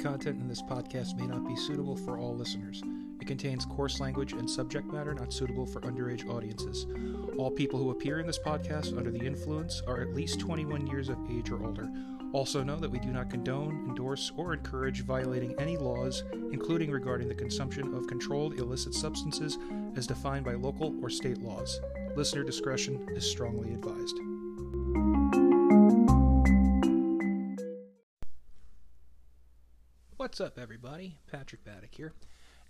content in this podcast may not be suitable for all listeners. It contains coarse language and subject matter not suitable for underage audiences. All people who appear in this podcast under the influence are at least 21 years of age or older. Also, know that we do not condone, endorse, or encourage violating any laws, including regarding the consumption of controlled illicit substances as defined by local or state laws. Listener discretion is strongly advised. What's up, everybody? Patrick Baddock here,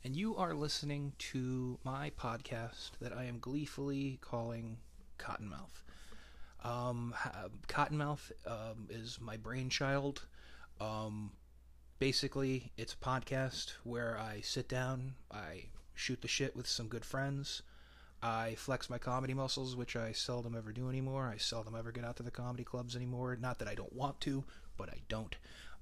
and you are listening to my podcast that I am gleefully calling Cottonmouth. Um, ha- Cottonmouth um, is my brainchild. Um, basically, it's a podcast where I sit down, I shoot the shit with some good friends, I flex my comedy muscles, which I seldom ever do anymore. I seldom ever get out to the comedy clubs anymore. Not that I don't want to, but I don't.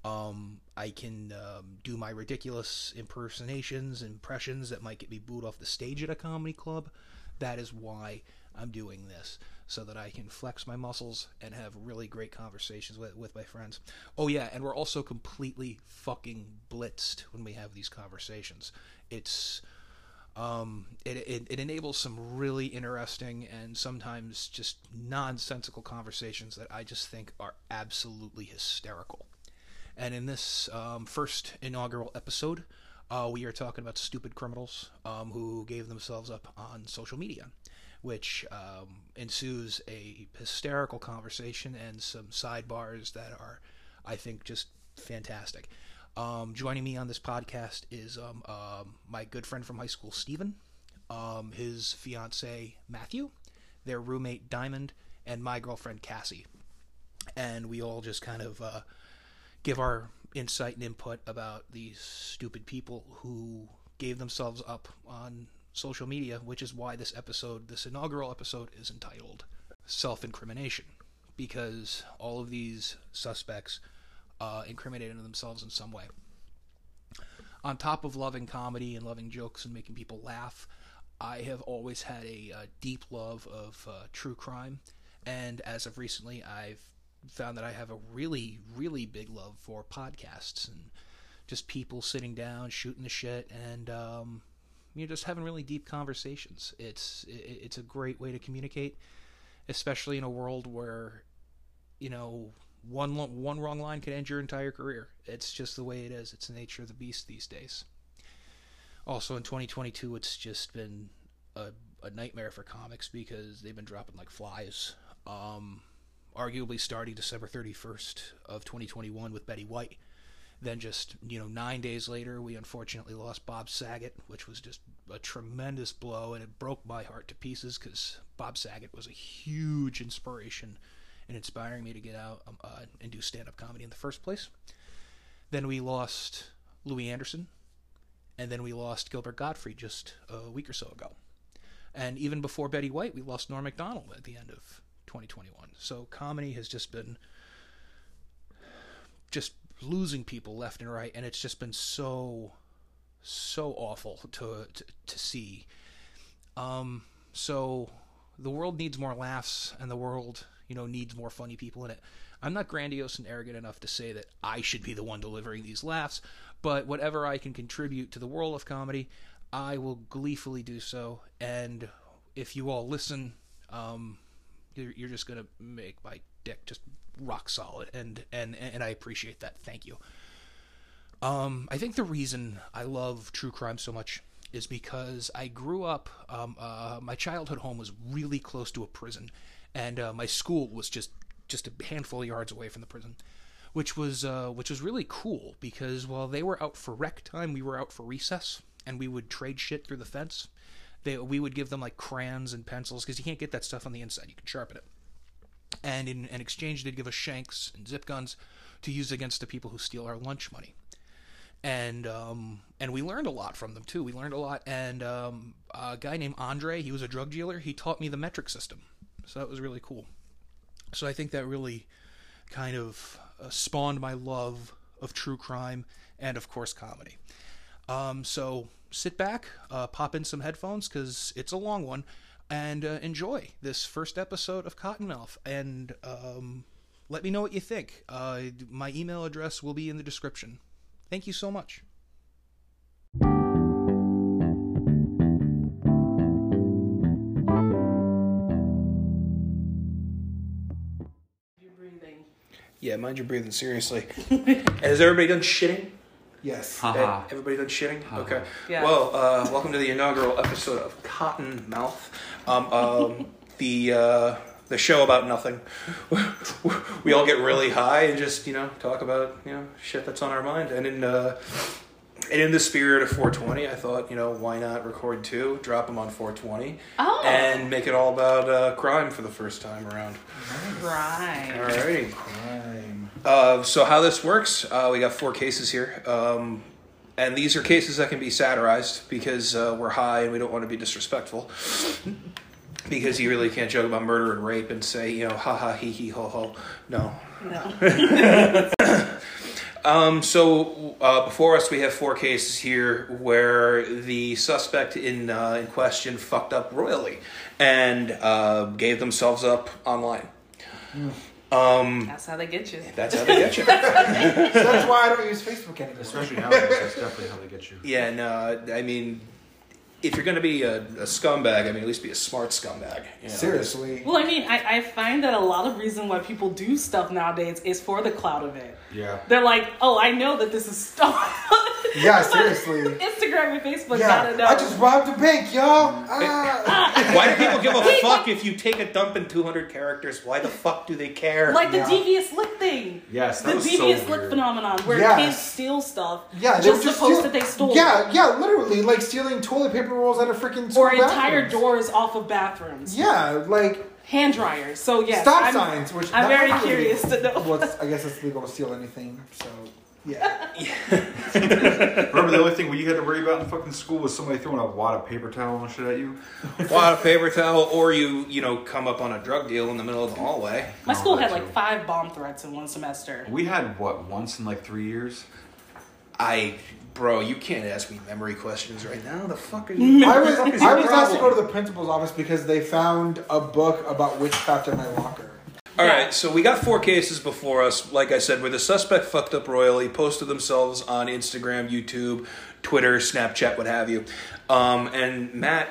Um, I can um, do my ridiculous impersonations, impressions that might get me booed off the stage at a comedy club. That is why I'm doing this, so that I can flex my muscles and have really great conversations with, with my friends. Oh, yeah, and we're also completely fucking blitzed when we have these conversations. It's um, it, it, it enables some really interesting and sometimes just nonsensical conversations that I just think are absolutely hysterical. And in this um, first inaugural episode, uh, we are talking about stupid criminals um, who gave themselves up on social media, which um, ensues a hysterical conversation and some sidebars that are, I think, just fantastic. Um, joining me on this podcast is um, um, my good friend from high school, Steven, um, his fiance, Matthew, their roommate, Diamond, and my girlfriend, Cassie. And we all just kind of uh, give our insight and input about these stupid people who gave themselves up on social media, which is why this episode, this inaugural episode, is entitled Self Incrimination. Because all of these suspects uh, incriminated themselves in some way. On top of loving comedy and loving jokes and making people laugh, I have always had a, uh deep love of uh, true crime. And as of recently, I've found that I have a really, really big love for podcasts and just people sitting down, shooting the shit, and um, you know, just having really deep conversations. It's i- i- it's a great way to communicate, especially in a world where you know one lo- one wrong line could end your entire career. It's just the way it is. It's the nature of the beast these days. Also, in 2022, it's just been a, a nightmare for comics because they've been dropping like flies. Um, arguably starting December 31st of 2021 with Betty White. Then just you know nine days later, we unfortunately lost Bob Saget, which was just a tremendous blow, and it broke my heart to pieces because Bob Saget was a huge inspiration in inspiring me to get out um, uh, and do stand-up comedy in the first place. Then we lost Louis Anderson, and then we lost Gilbert Gottfried just a week or so ago. And even before Betty White, we lost Norm Macdonald at the end of 2021. So comedy has just been just losing people left and right, and it's just been so so awful to to, to see. Um, so the world needs more laughs, and the world you know needs more funny people in it. I'm not grandiose and arrogant enough to say that I should be the one delivering these laughs, but whatever I can contribute to the world of comedy, I will gleefully do so. And if you all listen, um, you're, you're just gonna make my dick just rock solid, and and and I appreciate that. Thank you. Um, I think the reason I love true crime so much is because I grew up. Um, uh, my childhood home was really close to a prison, and uh, my school was just just a handful of yards away from the prison, which was uh, which was really cool because while they were out for rec time, we were out for recess, and we would trade shit through the fence. They, we would give them like crayons and pencils because you can't get that stuff on the inside. You can sharpen it and in, in exchange they'd give us shanks and zip guns to use against the people who steal our lunch money and um, and we learned a lot from them too we learned a lot and um, a guy named andre he was a drug dealer he taught me the metric system so that was really cool so i think that really kind of uh, spawned my love of true crime and of course comedy um, so sit back, uh, pop in some headphones because it's a long one, and uh, enjoy this first episode of Cottonmouth. And um, let me know what you think. Uh, my email address will be in the description. Thank you so much. You're breathing. Yeah, mind your breathing seriously. Has everybody done shitting? Yes. Uh, Everybody done shitting? Okay. Yeah. Well, uh, welcome to the inaugural episode of Cotton Mouth, um, um, the uh, the show about nothing. we all get really high and just you know talk about you know shit that's on our mind. And in uh, and in the spirit of 420, I thought you know why not record two, drop them on 420, Oh. and make it all about uh, crime for the first time around. Right. Alrighty. Crime. Uh, so how this works? Uh, we got four cases here, um, and these are cases that can be satirized because uh, we're high and we don't want to be disrespectful. Because you really can't joke about murder and rape and say you know ha ha he he ho ho. No. No. Um, so uh, before us, we have four cases here where the suspect in uh, in question fucked up royally and uh, gave themselves up online. Hmm. That's how they get you. That's how they get you. So that's why I don't use Facebook anymore. Especially nowadays, that's definitely how they get you. Yeah, no, I mean, if you're going to be a, a scumbag, I mean, at least be a smart scumbag. you know. Seriously. Well, I mean, I, I find that a lot of reason why people do stuff nowadays is for the clout of it. Yeah. They're like, oh, I know that this is stuff. Yeah, seriously. Instagram and Facebook Yeah. gotta know. I just robbed a bank, y'all. Ah. Why do people give a fuck if you take a dump in 200 characters? Why the fuck do they care? like the Yeah. devious look thing. Yes, that The was so devious look weird. phenomenon where Yes. kids steal stuff Yeah, they just were to post steal- that they stole. Yeah, yeah, literally, like stealing toilet paper rolls out of freaking school Or entire bathrooms. doors off of bathrooms. Yeah, like Hand dryers. So yes. stop I'm- signs. Which I'm not very really- curious to know. Well, it's- I guess it's legal to steal anything. So yeah, Remember the only thing we had to worry about in fucking school was somebody throwing a wad of paper towel and shit at you? Wad of paper towel, or you, you know, come up on a drug deal in the middle of the hallway. My No, school that had too. like five bomb threats in one semester. Oh, We had what once in like three years. I, bro, you can't ask me memory questions right now. The fuck are you? I was What is I your was asked to go problem? to the principal's office because they found a book about witchcraft in my locker. All right, so we got four cases before us, like I said, where the suspect fucked up royally, posted themselves on Instagram, YouTube, Twitter, Snapchat, what have you. Um, and Matt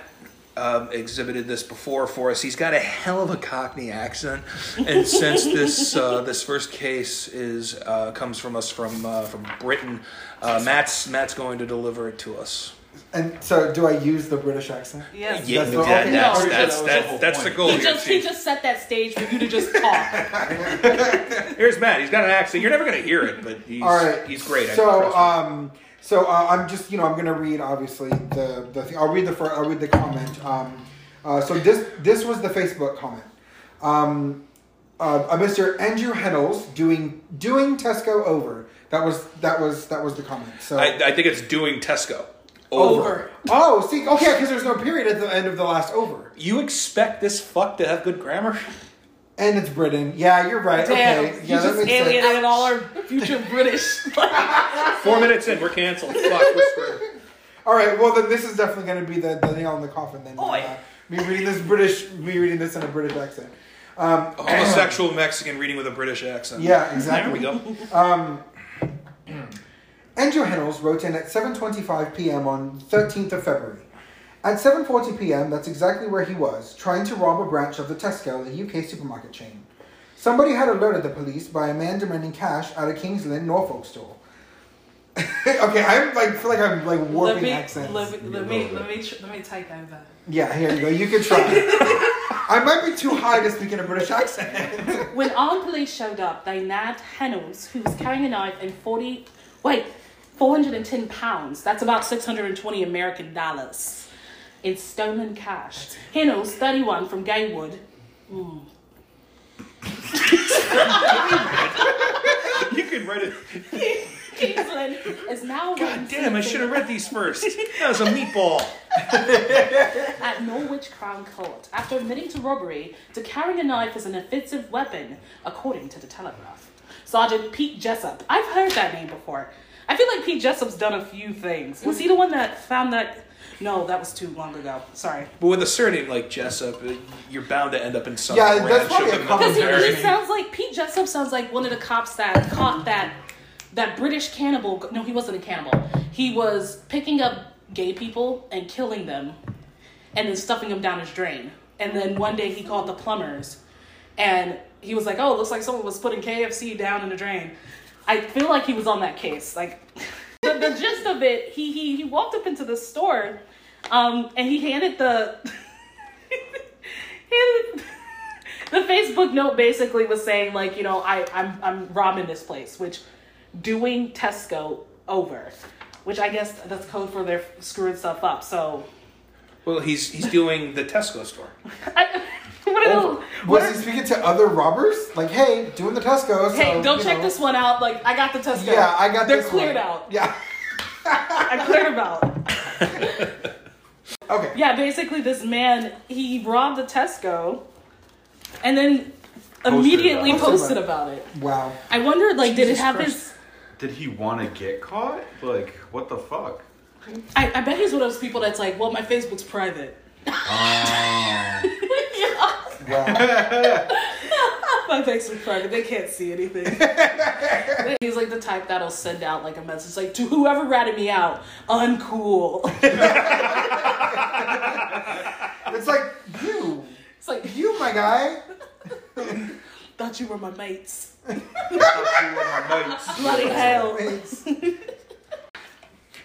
um, exhibited this before for us. He's got a hell of a Cockney accent, and since this uh, this first case is uh, comes from us from uh, from Britain, uh, Matt's Matt's going to deliver it to us. And so, do I use the British accent? Yes. Yeah, That's that- the- okay, that's, that's, no, that was the that's, whole that's the point. goal. He here, just he Chief. just set that stage for you to just talk. Here's Matt. He's got an accent. You're never going to hear it, but he's, All right, he's great. I trust So, him. um, so uh, I'm just you know I'm gonna read obviously the the thing. I'll read the first, I'll read the comment. Um, uh, so this this was the Facebook comment. Um, uh, a Mr. Andrew Hennels doing doing Tesco over. That was that was that was the comment. So I, I think it's doing Tesco. Over. oh, see, okay, because there's no period at the end of the last over, You expect this fuck to have good grammar? and it's Britain. Yeah, you're right. Damn, okay, you yeah, that just makes sense. alienated all our future British. Four minutes in, we're canceled. Fuck, we're screwed. All right, well then this is definitely going to be the, the nail in the coffin. Then Oi. uh, me reading this British, me reading this in a British accent. Um, Homosexual Mexican reading with a British accent. yeah, There exactly. we go. Andrew Hennels wrote in at 7:25 p.m. on 13th of February. At 7:40 p.m., that's exactly where he was, trying to rob a branch of the Tesco, the UK supermarket chain. Somebody had alerted the police by a man demanding cash at a Kings Lynn, Norfolk store. okay, I'm like feel like I'm like let warping me accents. let me Yeah, let a me little let me, tr- let me type that back. Yeah, here you go. You can try. I might be too high to speak in a British accent. When armed police showed up, they nabbed Hennels, who was carrying a knife and forty wait, four hundred and ten pounds. That's about six hundred and twenty American dollars in stolen cash. Hennels, thirty-one, from Gaywood. Mm. You can write it. Kingsland is now God damn, I should have read these first. That was a meatball. at Norwich Crown Court after admitting to robbery to carrying a knife as an offensive weapon, according to the Telegraph. Sergeant Pete Jessup. I've heard that name before. I feel like Pete Jessup's done a few things. Was he the one that found that? No, that was too long ago. Sorry. But with a surname like Jessup, uh, you're bound to end up in some Yeah, that's branch probably of a the common Because he, military. he sounds like Pete Jessup sounds like one of the cops that caught that that British cannibal. No, he wasn't a cannibal. He was picking up gay people and killing them, and then stuffing them down his drain. And then one day he called the plumbers, and he was like, "Oh, looks like someone was putting KFC down in the drain." I feel like he was on that case. Like the, the gist of it, he he he walked up into the store, um, and he handed the. handed, the Facebook note basically was saying like, you know, I I'm I'm robbing this place, which doing Tesco over, which I guess that's code for they're screwing stuff up. So, Well, he's he's doing the Tesco store. I, what are those? What Was are, he speaking to other robbers? Like, hey, doing the Tesco. hey, so, don't you check know. this one out. Like I got the Tesco. Yeah, I got They're this cleared one. out. Yeah. I cleared them out. Okay. Yeah, basically this man he robbed a Tesco, and then about immediately it. posted about it. Wow. I wondered like did it Jesus have Christ. his Did he want to get caught? Like, what the fuck? I, I bet he's one of those people that's like, well, my Facebook's private. Um, Wow. My Facebook's private. They can't see anything. he's like the type that'll send out like a message like to whoever ratted me out, uncool. it's like you, It's like you you, my guy. thought you were my mates. Bloody Bloody hell. It's-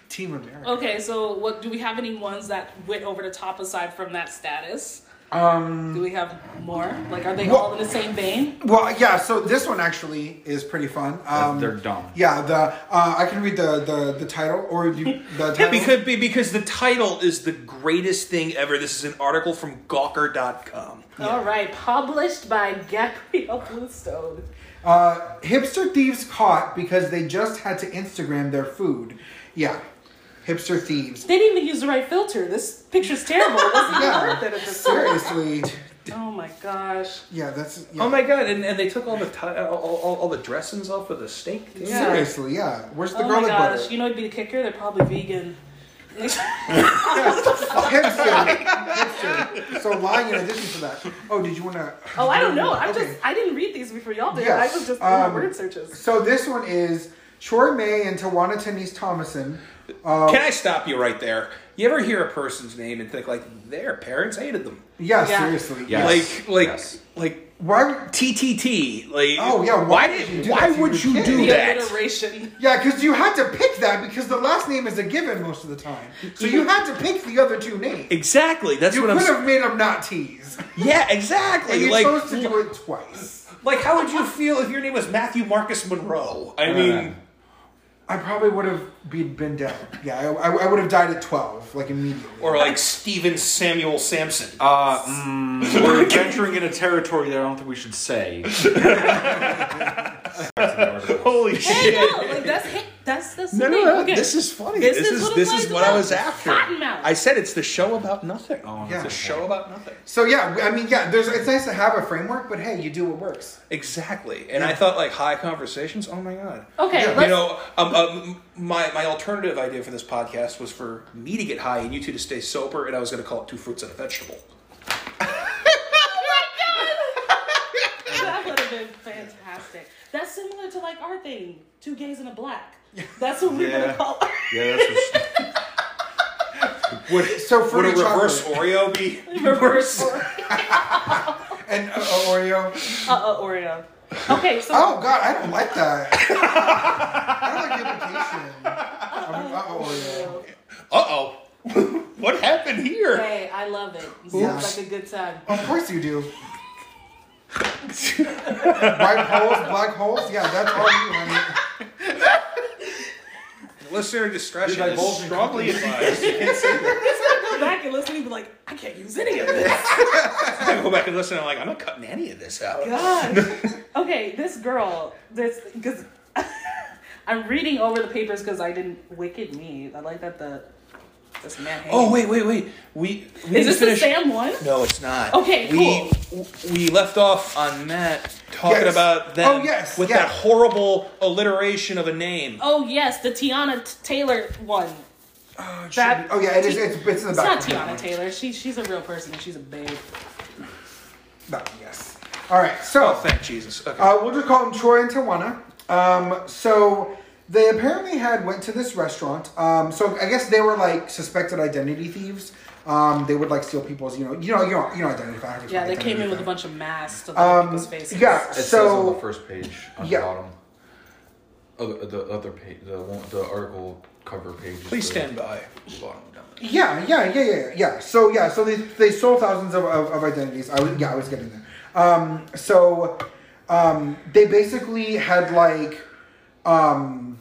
Team America. Okay, so what do we have any ones that went over the top aside from that status? Um. Do we have more? Like, are they Well- all in the same vein? Well, yeah. So this one actually is pretty fun. Um, They're dumb. Yeah. The uh, I can read the the, the title or you the title. Yeah, because be- because the title is the greatest thing ever. This is an article from Gawker.com. All right, published by Gabrielle Bluestone. Uh, hipster thieves caught because they just had to Instagram their food. Yeah. Hipster thieves. They didn't even use the right filter. This picture's terrible. It wasn't even Yeah. worth it at this point. Seriously. Oh my gosh. Yeah. That's. Yeah. Oh my god! And, and they took all the ti- all, all, all the dressings off of the steak. too. Yeah. Seriously. Yeah. Where's the oh garlic my gosh. butter? You know, it'd be the kicker. They're probably vegan. Oh, Hipster. Hipster. So lying in addition to that. Oh, did you want to? oh, I don't know. I'm Okay. just, I didn't read these before y'all did. Yes, I was just doing my um, word searches. So this one is Troy May and Tawana Tenise Thomason. Uh, Can I stop you right there? You ever hear a person's name and think like their parents hated them? Yeah, Yeah. seriously. Yeah. Yes. Like like Yes. like Why? TTT. Like Oh, yeah, why would did- you do why that to would your you kid? do The that? alliteration. Yeah, because you had to pick that because the last name is a given most of the time. So you had to pick the other two names. Exactly. That's You what I'm. could s- have made them not tease. Yeah, exactly. And you like chose to do it twice. Like, how would you feel if your name was Matthew Marcus Monroe? I Yeah. mean, I probably would have been, been down. Yeah, I, I, I would have died at 12, like immediately. or like Stephen Samuel Sampson. Uh, mm, we're venturing into territory that I don't think we should say. Holy Hey, no, like that's hit. That's that's the No, thing. no, no. Okay. This is funny. This This, is is, what this it's is like what about I was after. Cottonmouth. I said it's the show about nothing. Oh, it's Yeah. a show about nothing. So yeah, I mean, yeah, there's, it's nice to have a framework, but hey, you do what works. Exactly. And I thought like high conversations. Oh my god. okay, Yeah. let's, You know, um, um, my my alternative idea for this podcast was for me to get high and you two to stay sober, and I was going to call it two fruits and a vegetable. that would have been fantastic. That's similar to like our thing, two gays and a black. That's what we would Yeah. have called. Yeah, that's what Would, So would a fruity reverse chocolate. Oreo be Reverse reverse? And uh, uh, Oreo. Uh uh Oreo. Okay, so Oh God, I don't like that. I don't like the implication. Uh oh, Uh oh. what happened here? hey, I love it. It's Oops. like a good time. Oreo. Of course you do. White holes, black holes. Yeah, that's all you. Honey. Listener discretion Dude, I is bulged in strongly advised. He's gonna go back and listen and be like, I can't use any of this. I go back and listen. I'm like, I'm not cutting any of this out. God. Okay, this girl, this because I'm reading over the papers because I didn't wicked me. I like that the this man. Oh wait, wait, wait. We, we is didn't this finish. the Sam one? No, it's not. Okay, we we left off on Matt talking Yes. about that Oh, yes, with yeah. that horrible alliteration of a name. Oh yes, the Tiana T- Taylor one. Oh, That- oh yeah, it is. It's, it's in the It's back. not of that Tiana one. Taylor. She she's a real person and she's a babe. That one, yes. All right. So Oh, thank Jesus. Okay. uh, we'll just call them Troy and Tawana. Um, so They apparently had went to this restaurant. Um, so I guess they were like suspected identity thieves. Um, they would like steal people's, you know, you know, you know, you know, identity theft. Yeah, they identity came in with a theft. bunch of masks to um, people's faces. yeah. It So- says on the first page on Yeah. the bottom. Other, the other page, the, one- the article cover page. is Please the stand by. Bottom down there. Yeah, yeah, yeah, yeah, yeah. So yeah, so they they stole thousands of, of, of identities. I was yeah, I was getting there. Um, so um, they basically had like um,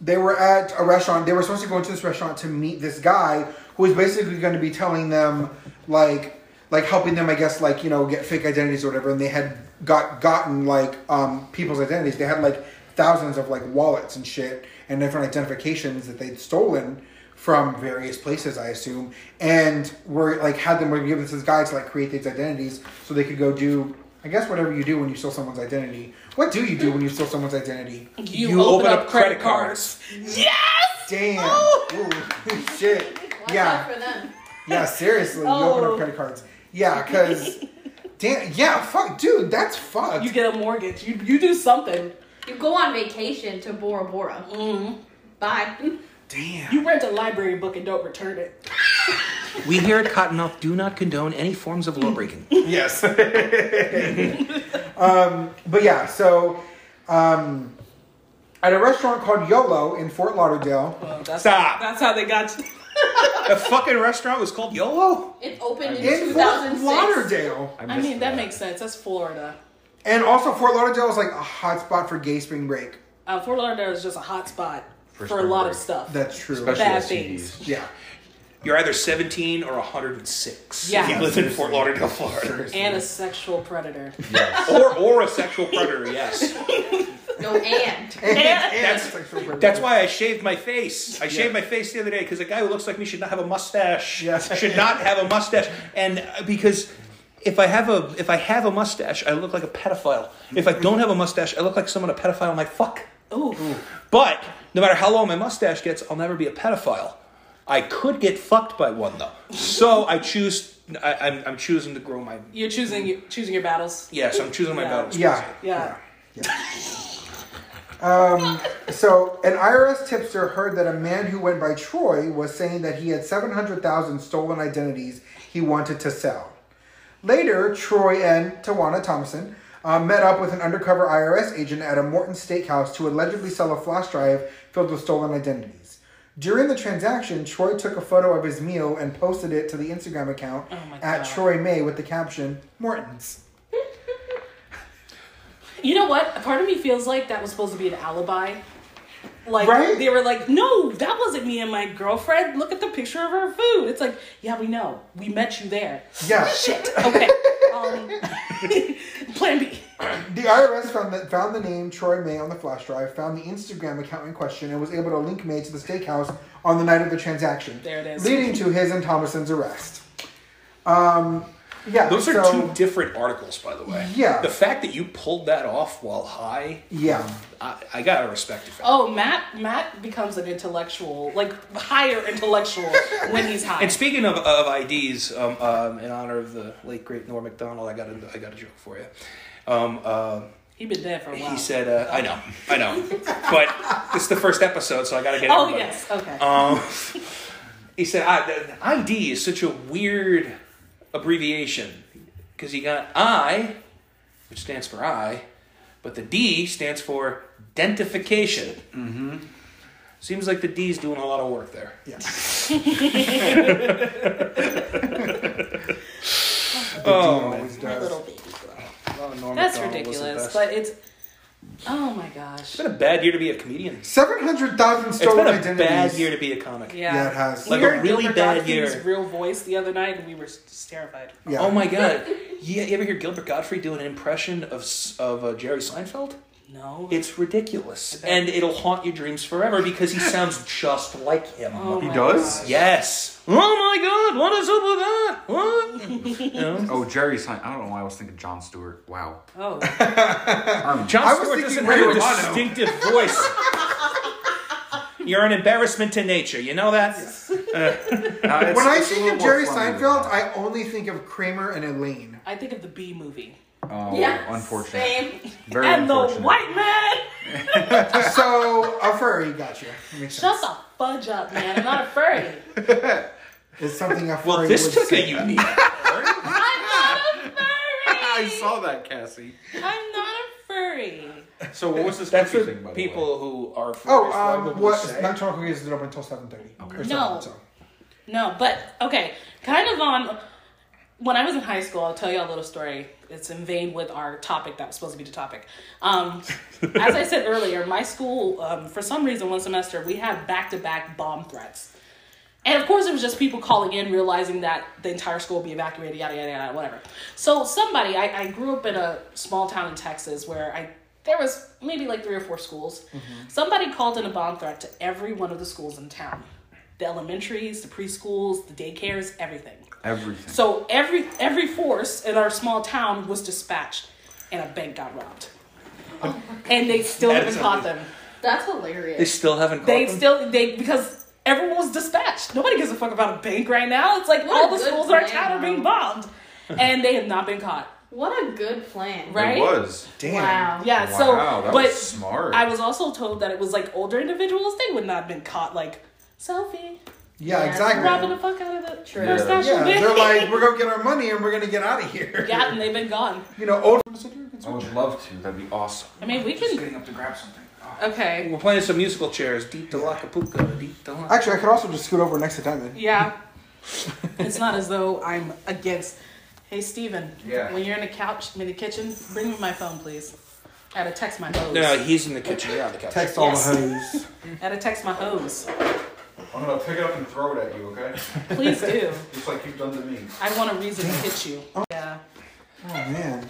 they were at a restaurant. They were supposed to go into this restaurant to meet this guy who was basically going to be telling them like like helping them, I guess, like you know, get fake identities or whatever. And they had got gotten like um, people's identities. They had like thousands of like wallets and shit and different identifications that they'd stolen from various places, I assume, and were like had them were given to this guy to like create these identities so they could go do. I guess whatever you do when you steal someone's identity. What do you do when you steal someone's identity? You, You open, up credit cards. Yes! Damn. Ooh, shit. Watch Yeah. out for them. Yeah, seriously, you open Oh. up credit cards. Yeah, because damn, yeah, fuck, dude, that's fucked. You get a mortgage. You you do something. You go on vacation to Bora Bora. Mm-hmm. Bye. damn. You rent a library book and don't return it. We here at Cottonmouth do not condone any forms of law breaking. yes. um, but yeah, so um, at a restaurant called Yolo in Fort Lauderdale. Well, Oh, that's, Stop. That's how they got you. The fucking restaurant was called YOLO. It opened in, In Fort 2006. Lauderdale. I mean, that makes sense. That's Florida. And also Fort Lauderdale is like a hot spot for gay spring break. Uh, Fort Lauderdale is just a hot spot for, For a lot spring of stuff. break. That's true. Especially Bad STDs. things. Yeah. You're either 17 or 106. Yeah. If you live in Fort Lauderdale, Florida. and a sexual predator. or, or a sexual predator, yes. No, and. And, That's- sexual break. That's why I shaved my face. I shaved my face the other day because a guy who looks like me should not have a mustache. Yes. Should not have a mustache. And uh, because if I have a if I have a mustache, I look like a pedophile. If I don't have a mustache, I look like someone a pedophile might fuck. Ooh. But no matter how long my mustache gets, I'll never be a pedophile. I could get fucked by one though. So I choose. I, I'm, I'm choosing to grow my. You're choosing you choosing your battles. Yes, I'm choosing my Yeah. battles. Yeah. Yeah. So, an IRS tipster heard that a man who went by Troy was saying that he had 700,000 stolen identities he wanted to sell. Later, Troy and Tawana Thompson uh, met up with an undercover IRS agent at a Morton steakhouse to allegedly sell a flash drive filled with stolen identities. During the transaction, Troy took a photo of his meal and posted it to the Instagram account Oh my at God. Troy May with the caption, Morton's. You know what? A part of me feels like that was supposed to be an alibi. Like Right? they were like, no, that wasn't me and my girlfriend. Look at the picture of her food. It's like, yeah, we know. We met you there. Yeah. Shit. Okay. um, plan B. The IRS found the, found the name Troy May on the flash drive, found the Instagram account in question, and was able to link May to the steakhouse on the night of the transaction. There it is. Leading to his and Thomason's arrest. Um, yeah. Those are so- two different articles, by the way. Yeah. The fact that you pulled that off while high, Yeah. I, I gotta respect you. for that. Oh, Matt. Matt becomes an intellectual, like higher intellectual when he's high. And speaking of, of IDs, um, um, in honor of the late great Norm Macdonald, I got a, I got a joke for you. Um, uh, He's been dead for a while. He said, uh, "I know, I know, but it's the first episode, so I gotta get." "Oh everybody. yes, okay." Um, he said, I, the- the "ID is such a weird abbreviation because you got I, which stands for I, but the D stands for identification." Mm-hmm. Seems like the D's doing a lot of work there. Yeah. Oh, man. Always does. Oh, Norm Macdonald That's was the ridiculous, best. but it's. Oh my gosh. it's been a bad year to be a comedian. It's 700,000 been stolen a identities. bad year to be a comic. Yeah. Yeah, it has. Like we a heard really Gilbert bad Gottfried's year. real voice the other night, and we were s- terrified. Yeah. Oh my god! Yeah, you ever hear Gilbert Godfrey do an impression of S- of uh, Jerry Seinfeld? No. It's ridiculous, and it'll haunt your dreams forever because he sounds just like him. Oh He my does? gosh. Yes. Oh my god! What is up with that? What? You know? Oh, Jerry Sein. I don't know why I was thinking John Stewart. Wow. Oh. Um, I John was Stewart doesn't thinking have a Ray Romano. distinctive voice. You're an embarrassment to nature. You know that. nah, it's- When I it's a think little of more Jerry funny than Seinfeld, that. I only think of Kramer and Elaine. I think of the B movie. Oh, Um, yeah. Unfortunate. Same. Very And the unfortunate. white man. So a furry got you. Makes Shut sense. the fudge up, man. I'm not a furry. It's something a furry Well, this would took a say. unique. I'm not a furry. I saw that, Cassie. I'm not a furry. So what was this That's cookie thing, by what the people way? who are furries Oh, um, would what? say. Not Toronto Cookies isn't open until seven thirty. Okay. No. No, but okay. Kind of on. When I was in high school, I'll tell you a little story. It's in vain with our topic that was supposed to be the topic. Um, as I said earlier, my school, um, for some reason, one semester, we had back to back bomb threats. And of course, it was just people calling in, realizing that the entire school would be evacuated, yada, yada, yada, whatever. So, somebody, I, I grew up in a small town in Texas where I there was maybe like three or four schools. Somebody called in a bomb threat to every one of the schools in town the elementaries, the preschools, the daycares, everything. Everything. So, every, every force in our small town was dispatched, and a bank got robbed. And they still That haven't is caught amazing. them. That's they hilarious. still haven't caught They them? still they because everyone was dispatched. Nobody gives a fuck about a bank right now. It's like What a all the good schools in our plan. town are being bombed, and they have not been caught. What a good plan. Right? It was. Damn. Wow. Yeah. wow, so, that but was smart. I was also told that it was like older individuals. They would not have been caught. Like selfie, Yeah, Yeah, exactly. robbing the fuck out of the True. first national Yeah, Bank. they're like, we're gonna get our money and we're gonna get out of here. yeah, and they've been gone. You know, old. I would love to. That'd be awesome. I mean, we can. Getting up to grab something. Okay. We're playing some musical chairs. Deep to Lacapuca, deep to Lacapuca. Actually, I could also just scoot over next to Diamond. Yeah. it's not as though I'm against. Hey Steven, Yeah. when you're in the couch, in the kitchen, bring me my phone, please. I had to text my hose. No, he's in the kitchen. You're on the couch. Text all Yes. the hoes. I had to text my hose. I'm gonna pick it up and throw it at you, okay? Please do. Just like you've done to me. I want a reason to hit you. Yeah. Oh man.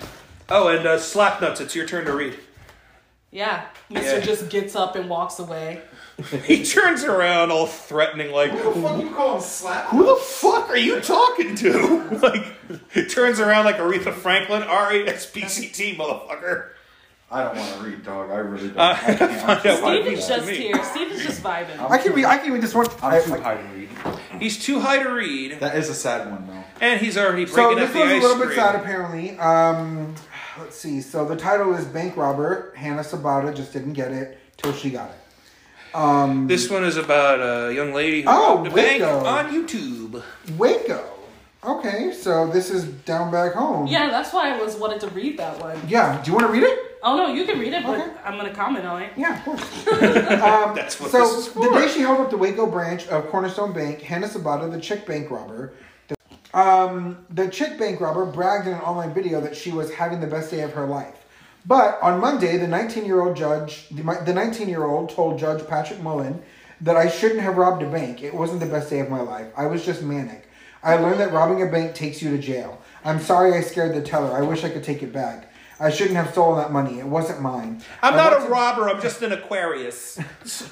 Oh, and uh, Slap Nuts, it's your turn to read. Yeah. Mr. Yeah. just gets up and walks away. He turns around all threatening, like, What the fuck you call him slap? Who the fuck are you talking to? Like, turns around like Aretha Franklin. R E S P C T, motherfucker. I don't want to read, dog. I really don't. Uh, I can't. I'm yeah, too why high to did Steven's read. you- me. just here. Steven's just vibing. I can read. I can read this one. I- I'm too I- high to read. He's too high to read, That is a sad one, though. and he's already so breaking this up one's the a ice little bit cream. sad, apparently. Um, let's see. So the title is "Bank Robber." Hannah Sabata just didn't get it till she got it. Um, This one is about a young lady who Oh, robbed a bank Waco. on YouTube. Waco. Okay, so this is down back home. Yeah, that's why I was wanted to read that one. Yeah. Do you want to read it? Oh no, you can read it, but Okay. I'm gonna comment on it. Yeah, of course. um, That's what so this is the for. day she held up the Waco branch of Cornerstone Bank, Hannah Sabata, the chick bank robber, the, um, the chick bank robber bragged in an online video that she was having the best day of her life. But on Monday, the 19-year-old judge, the 19-year-old told Judge Patrick Mullen that I shouldn't have robbed a bank. It wasn't the best day of my life. I was just manic. I learned that robbing a bank takes you to jail. I'm sorry I scared the teller. I wish I could take it back. I shouldn't have stolen that money. It wasn't mine. I'm I not want a to- robber. I'm just an Aquarius.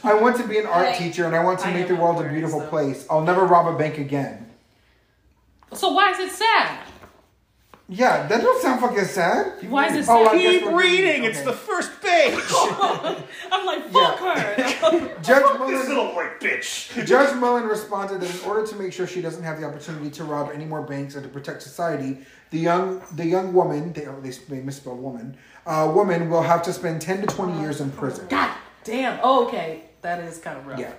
I want to be an art Like, teacher and I want to I make am the world a aware, beautiful so- place. I'll never rob a bank again. So why is it sad? Yeah, that don't sound fucking sad. Why is it Oh, sad? I guess Keep we're- reading. okay. It's the first page. I'm like, fuck her. Judge this Mullen, little white bitch. Judge Mullen responded that in order to make sure she doesn't have the opportunity to rob any more banks and to protect society, the young the young woman they oh, they, they misspell woman uh, woman will have to spend ten to twenty years in prison. God damn. Oh, okay. That is kind of rough. Yeah.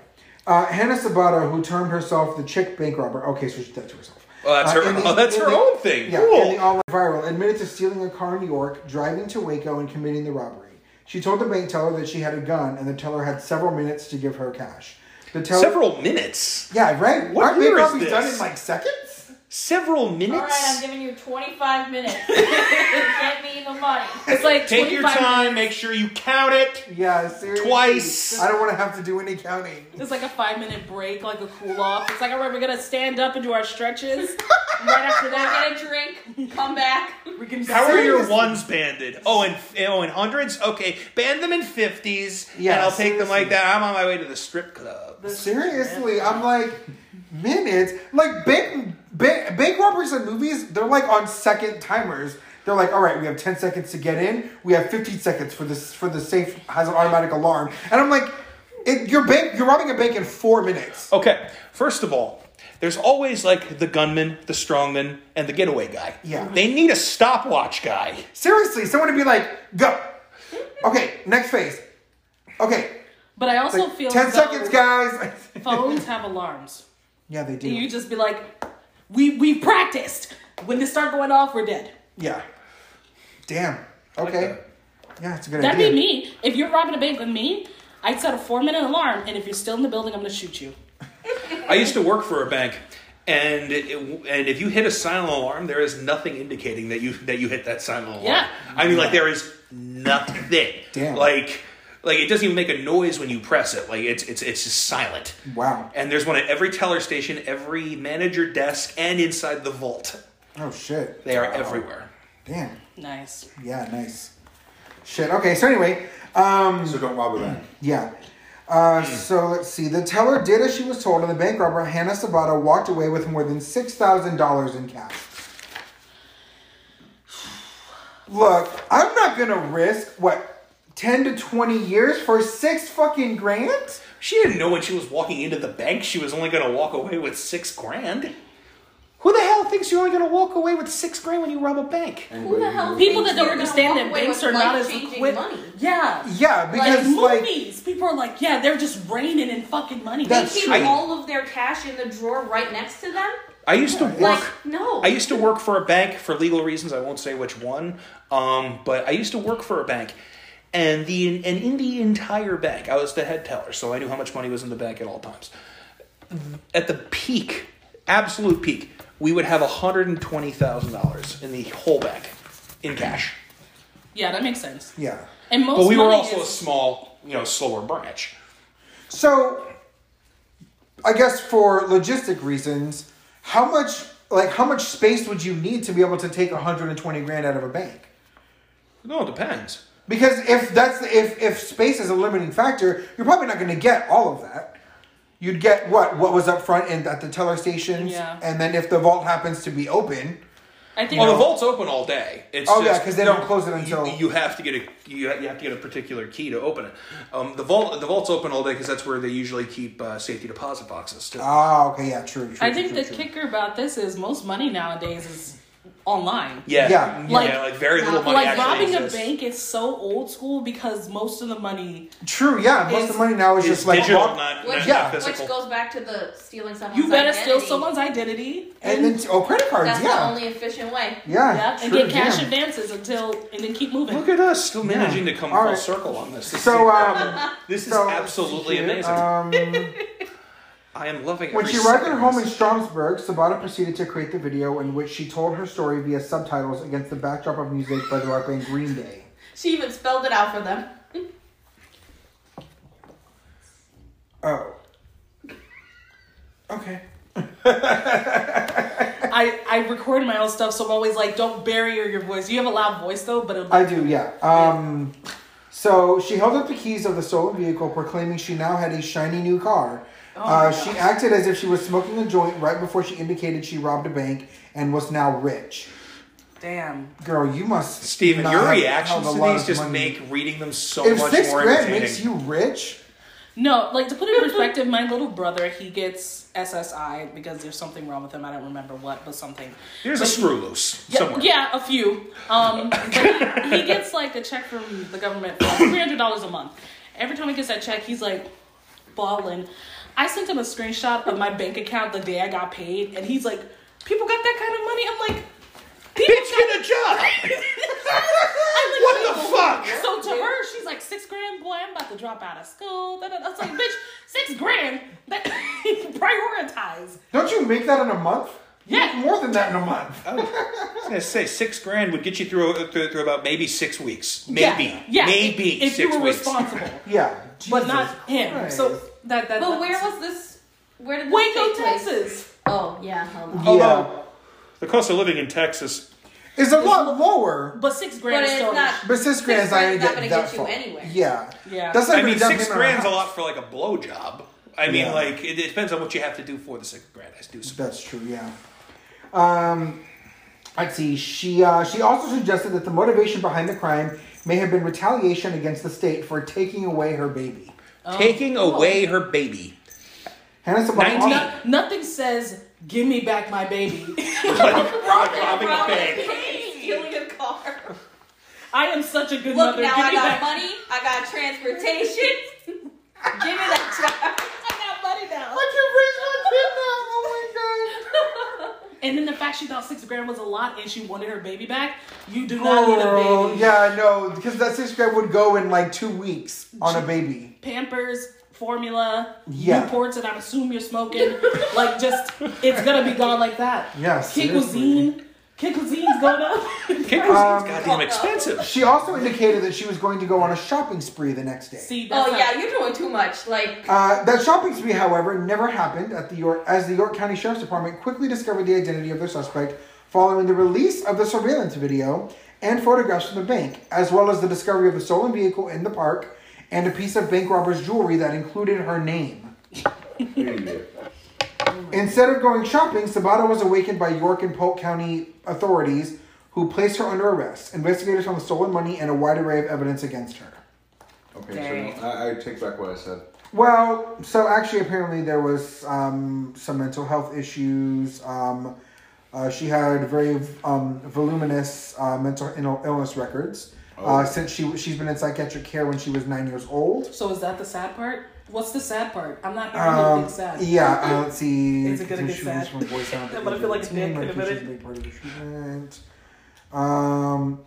Uh, Hannah Sabata, who termed herself the chick bank robber, okay, so she did that to herself. Oh, that's Uh, her. in the- oh, that's in her the- own thing. Yeah, cool. and the all viral admitted to stealing a car in New York, driving to Waco, and committing the robbery. She told the bank teller that she had a gun, and the teller had several minutes to give her cash. The teller, Several minutes. yeah, right. What Aren't year bank is robberies done this? in like seconds? Several All right, I'm minutes. giving you 25 minutes. Get me the money. It's like Take your 25 time. minutes. Make sure you count it. Yeah, seriously. Twice. I don't want to have to do any counting. It's like a five minute break, like a cool off. It's like, all right, we're gonna stand up and do our stretches. right after that, Get a drink. Come back. we can. How are your Seriously. ones banded? Oh, and oh, in hundreds. Okay, band them in fifties, Yeah, and I'll take them like seriously. that. I'm on my way to the strip club. Seriously, I'm like minutes. Like bank bank, bank robberies in movies, they're like on second timers. They're like, all right, we have ten seconds to get in. We have fifteen seconds for this for the safe has an automatic alarm, and I'm like, it, you're bank, you're robbing a bank in four minutes. Okay, first of all, There's always like the gunman, the strongman, and the getaway guy. Yeah. They need a stopwatch guy. Seriously, someone would be like, go. Okay, next phase. Okay. But I also like, feel 10 as though seconds, guys. Phones have alarms. yeah, they do. You just be like, we we practiced. When they start going off, we're dead. yeah. Damn. Okay. yeah, it's a good That'd idea. be me. If you're robbing a bank with me, I'd set a four minute alarm, and if you're still in the building, I'm gonna shoot you. I used to work for a bank, and it, and if you hit a silent alarm, there is nothing indicating that you that you hit that silent alarm. Yeah. I mean, like there is nothing. Damn. Like. Like it doesn't even make a noise when you press it. Like it's it's it's just silent. Wow. And there's one at every teller station, every manager desk, and inside the vault. Oh, shit. They are everywhere. Damn. Nice. Yeah, nice. Shit. Okay, so anyway, um, So don't rob a bank. yeah. Uh, so let's see. The teller did as she was told, and the bank robber, Hannah Sabato, walked away with more than $6,000 in cash. Look, I'm not gonna risk, what, 10 to 20 years for six fucking grand? She didn't know when she was walking into the bank she was only going to walk away with six grand. Who the hell thinks you're only going to walk away with six grand when you rob a bank? Who the hell? People thinks that don't they're gonna understand walk that away banks with are not as life-changing liquid. Money. Yeah. Yeah, Like because like, movies, people are like, yeah, they're just raining in fucking money. They That's keep true. all of their cash in the drawer right next to them. I used to work. Like no. I used to work for a bank for legal reasons. I won't say which one, um, but I used to work for a bank, and the and in the entire bank, I was the head teller, so I knew how much money was in the bank at all times. At the peak, absolute peak, we would have hundred and twenty thousand dollars in the whole bank in cash. Yeah, that makes sense. yeah. And most But we were money also a is- small, you know, slower branch. So, I guess for logistic reasons, how much like how much space would you need to be able to take 120 grand out of a bank? No, it depends. Because if that's if if space is a limiting factor, you're probably not going to get all of that. You'd get what what was up front and at the teller stations, Yeah. and then if the vault happens to be open, I think Well, the vault's open all day. It's Oh, yeah, just- 'cause they don't you- close it you- until- you, have to get a you, ha- you have to get a particular key to open it. Um, the vault the vault's open all day because that's where they usually keep uh, safety deposit boxes too. ah, okay, yeah, true. true I true, think true, the true. kicker about this is most money nowadays is online. yeah, yeah. like, Like- very little money Like actually robbing a exists. bank is so old school because most of the money True, yeah. Most of is- the money now is, It's just like digital, walk- not, Which, not yeah. physical. which goes back to the stealing someone's. you better identity. steal someone's identity and then oh, credit cards, That's yeah, the only efficient way. yeah, yeah, and true, get cash damn. advances until and then keep moving. Look at us still managing to come All full right. circle on this. This, So, is, um. this is so, absolutely here, amazing. Um, I am loving it. When she arrived at her home in Stromsburg, Sabata proceeded to create the video in which she told her story via subtitles against the backdrop of music by the rock band Green Day. She even spelled it out for them. Oh. Okay. I I record my own stuff, so I'm always like, don't barrier your voice. You have a loud voice though, but it'll I do, yeah. Um, so she held up the keys of the stolen vehicle, proclaiming she now had a shiny new car. Oh, uh, she acted as if she was smoking a joint right before she indicated she robbed a bank and was now rich. damn. Girl, you must. Steven, not your have reactions held a to lot these of just money. make reading them so If much six more grand entertaining. makes you rich, No, like to put it in perspective, my little brother he gets SSI because there's something wrong with him. I don't remember what, but something. There's a screw loose Yeah, somewhere. yeah, a few. Um, but he, he gets like a check from the government for three hundred dollars a month. Every time he gets that check, he's like balling. I sent him a screenshot of my bank account the day I got paid, and he's like, "People got that kind of money." I'm like, "People Bitch, got." get a job. I'm like, What the fuck? So to her, she's like six grand, boy. I'm about to drop out of school. Da, da, da. I was like, bitch, six grand. That prioritize. don't you make that in a month? You Yeah. make more than that in a month. I was gonna say six grand would get you through through, through about maybe six weeks, maybe, yeah, yeah, maybe If, if six you were weeks. responsible, Yeah, but Jesus not him. Christ. So that that. But where was this? Where did this Waco, take place? Texas? Oh yeah, hold on. yeah, Although the cost of living in Texas, it's a lot lower. But six But grand is it's still not. But six grand's not gonna grand's get not gonna that get you far. anywhere. Yeah, Yeah. That's not I even mean, down six payment on grand's a house. lot for like a blowjob. I mean, Yeah. like it, it depends on what you have to do for the six grand. I do. Some, That's true. Yeah. Um, let's see. She uh, she also suggested that the motivation behind the crime may have been retaliation against the state for taking away her baby. Oh. taking away her baby. Hannah Sabata. Nineteen. also- Nothing says Give me back my baby. robbing a bank. Stealing a car. I am such a good Look, mother. now Give I me got back. money. I got transportation. Give me that job. I got money now. Oh And then the fact she thought six grand was a lot and she wanted her baby back. You do not need a baby. yeah, no, because that six grand would go in like two weeks on a baby. Pampers, formula, Yeah. reports, and I assume you're smoking. like, just it's gonna be gone like that. Yeah, Kid seriously. cuisine. Kid cuisine's going up. Kid Um, cuisine's goddamn expensive. She also indicated that she was going to go on a shopping spree the next day. See, that's Oh how- yeah, you're doing too much. Like Uh, that shopping spree, however, never happened at the York, as the York County Sheriff's Department quickly discovered the identity of their suspect following the release of the surveillance video and photographs from the bank, as well as the discovery of a stolen vehicle in the park and a piece of bank robber's jewelry that included her name. Instead of going shopping, Sabato was awakened by York and Polk County authorities, who placed her under arrest. Investigators found the stolen money and a wide array of evidence against her. Okay, Dang. so I, I take back what I said. Well, so actually, apparently there was um, some mental health issues. Um, uh, she had very um, voluminous uh, mental ill- illness records Oh. uh, since she she's been in psychiatric care when she was nine years old. So is that the sad part? What's the sad part? I'm not hearing Um, anything sad. yeah, I don't see. Is it gonna get she sad? was From Boy Sound Yeah, but I feel like Nick could have been it. it. Um,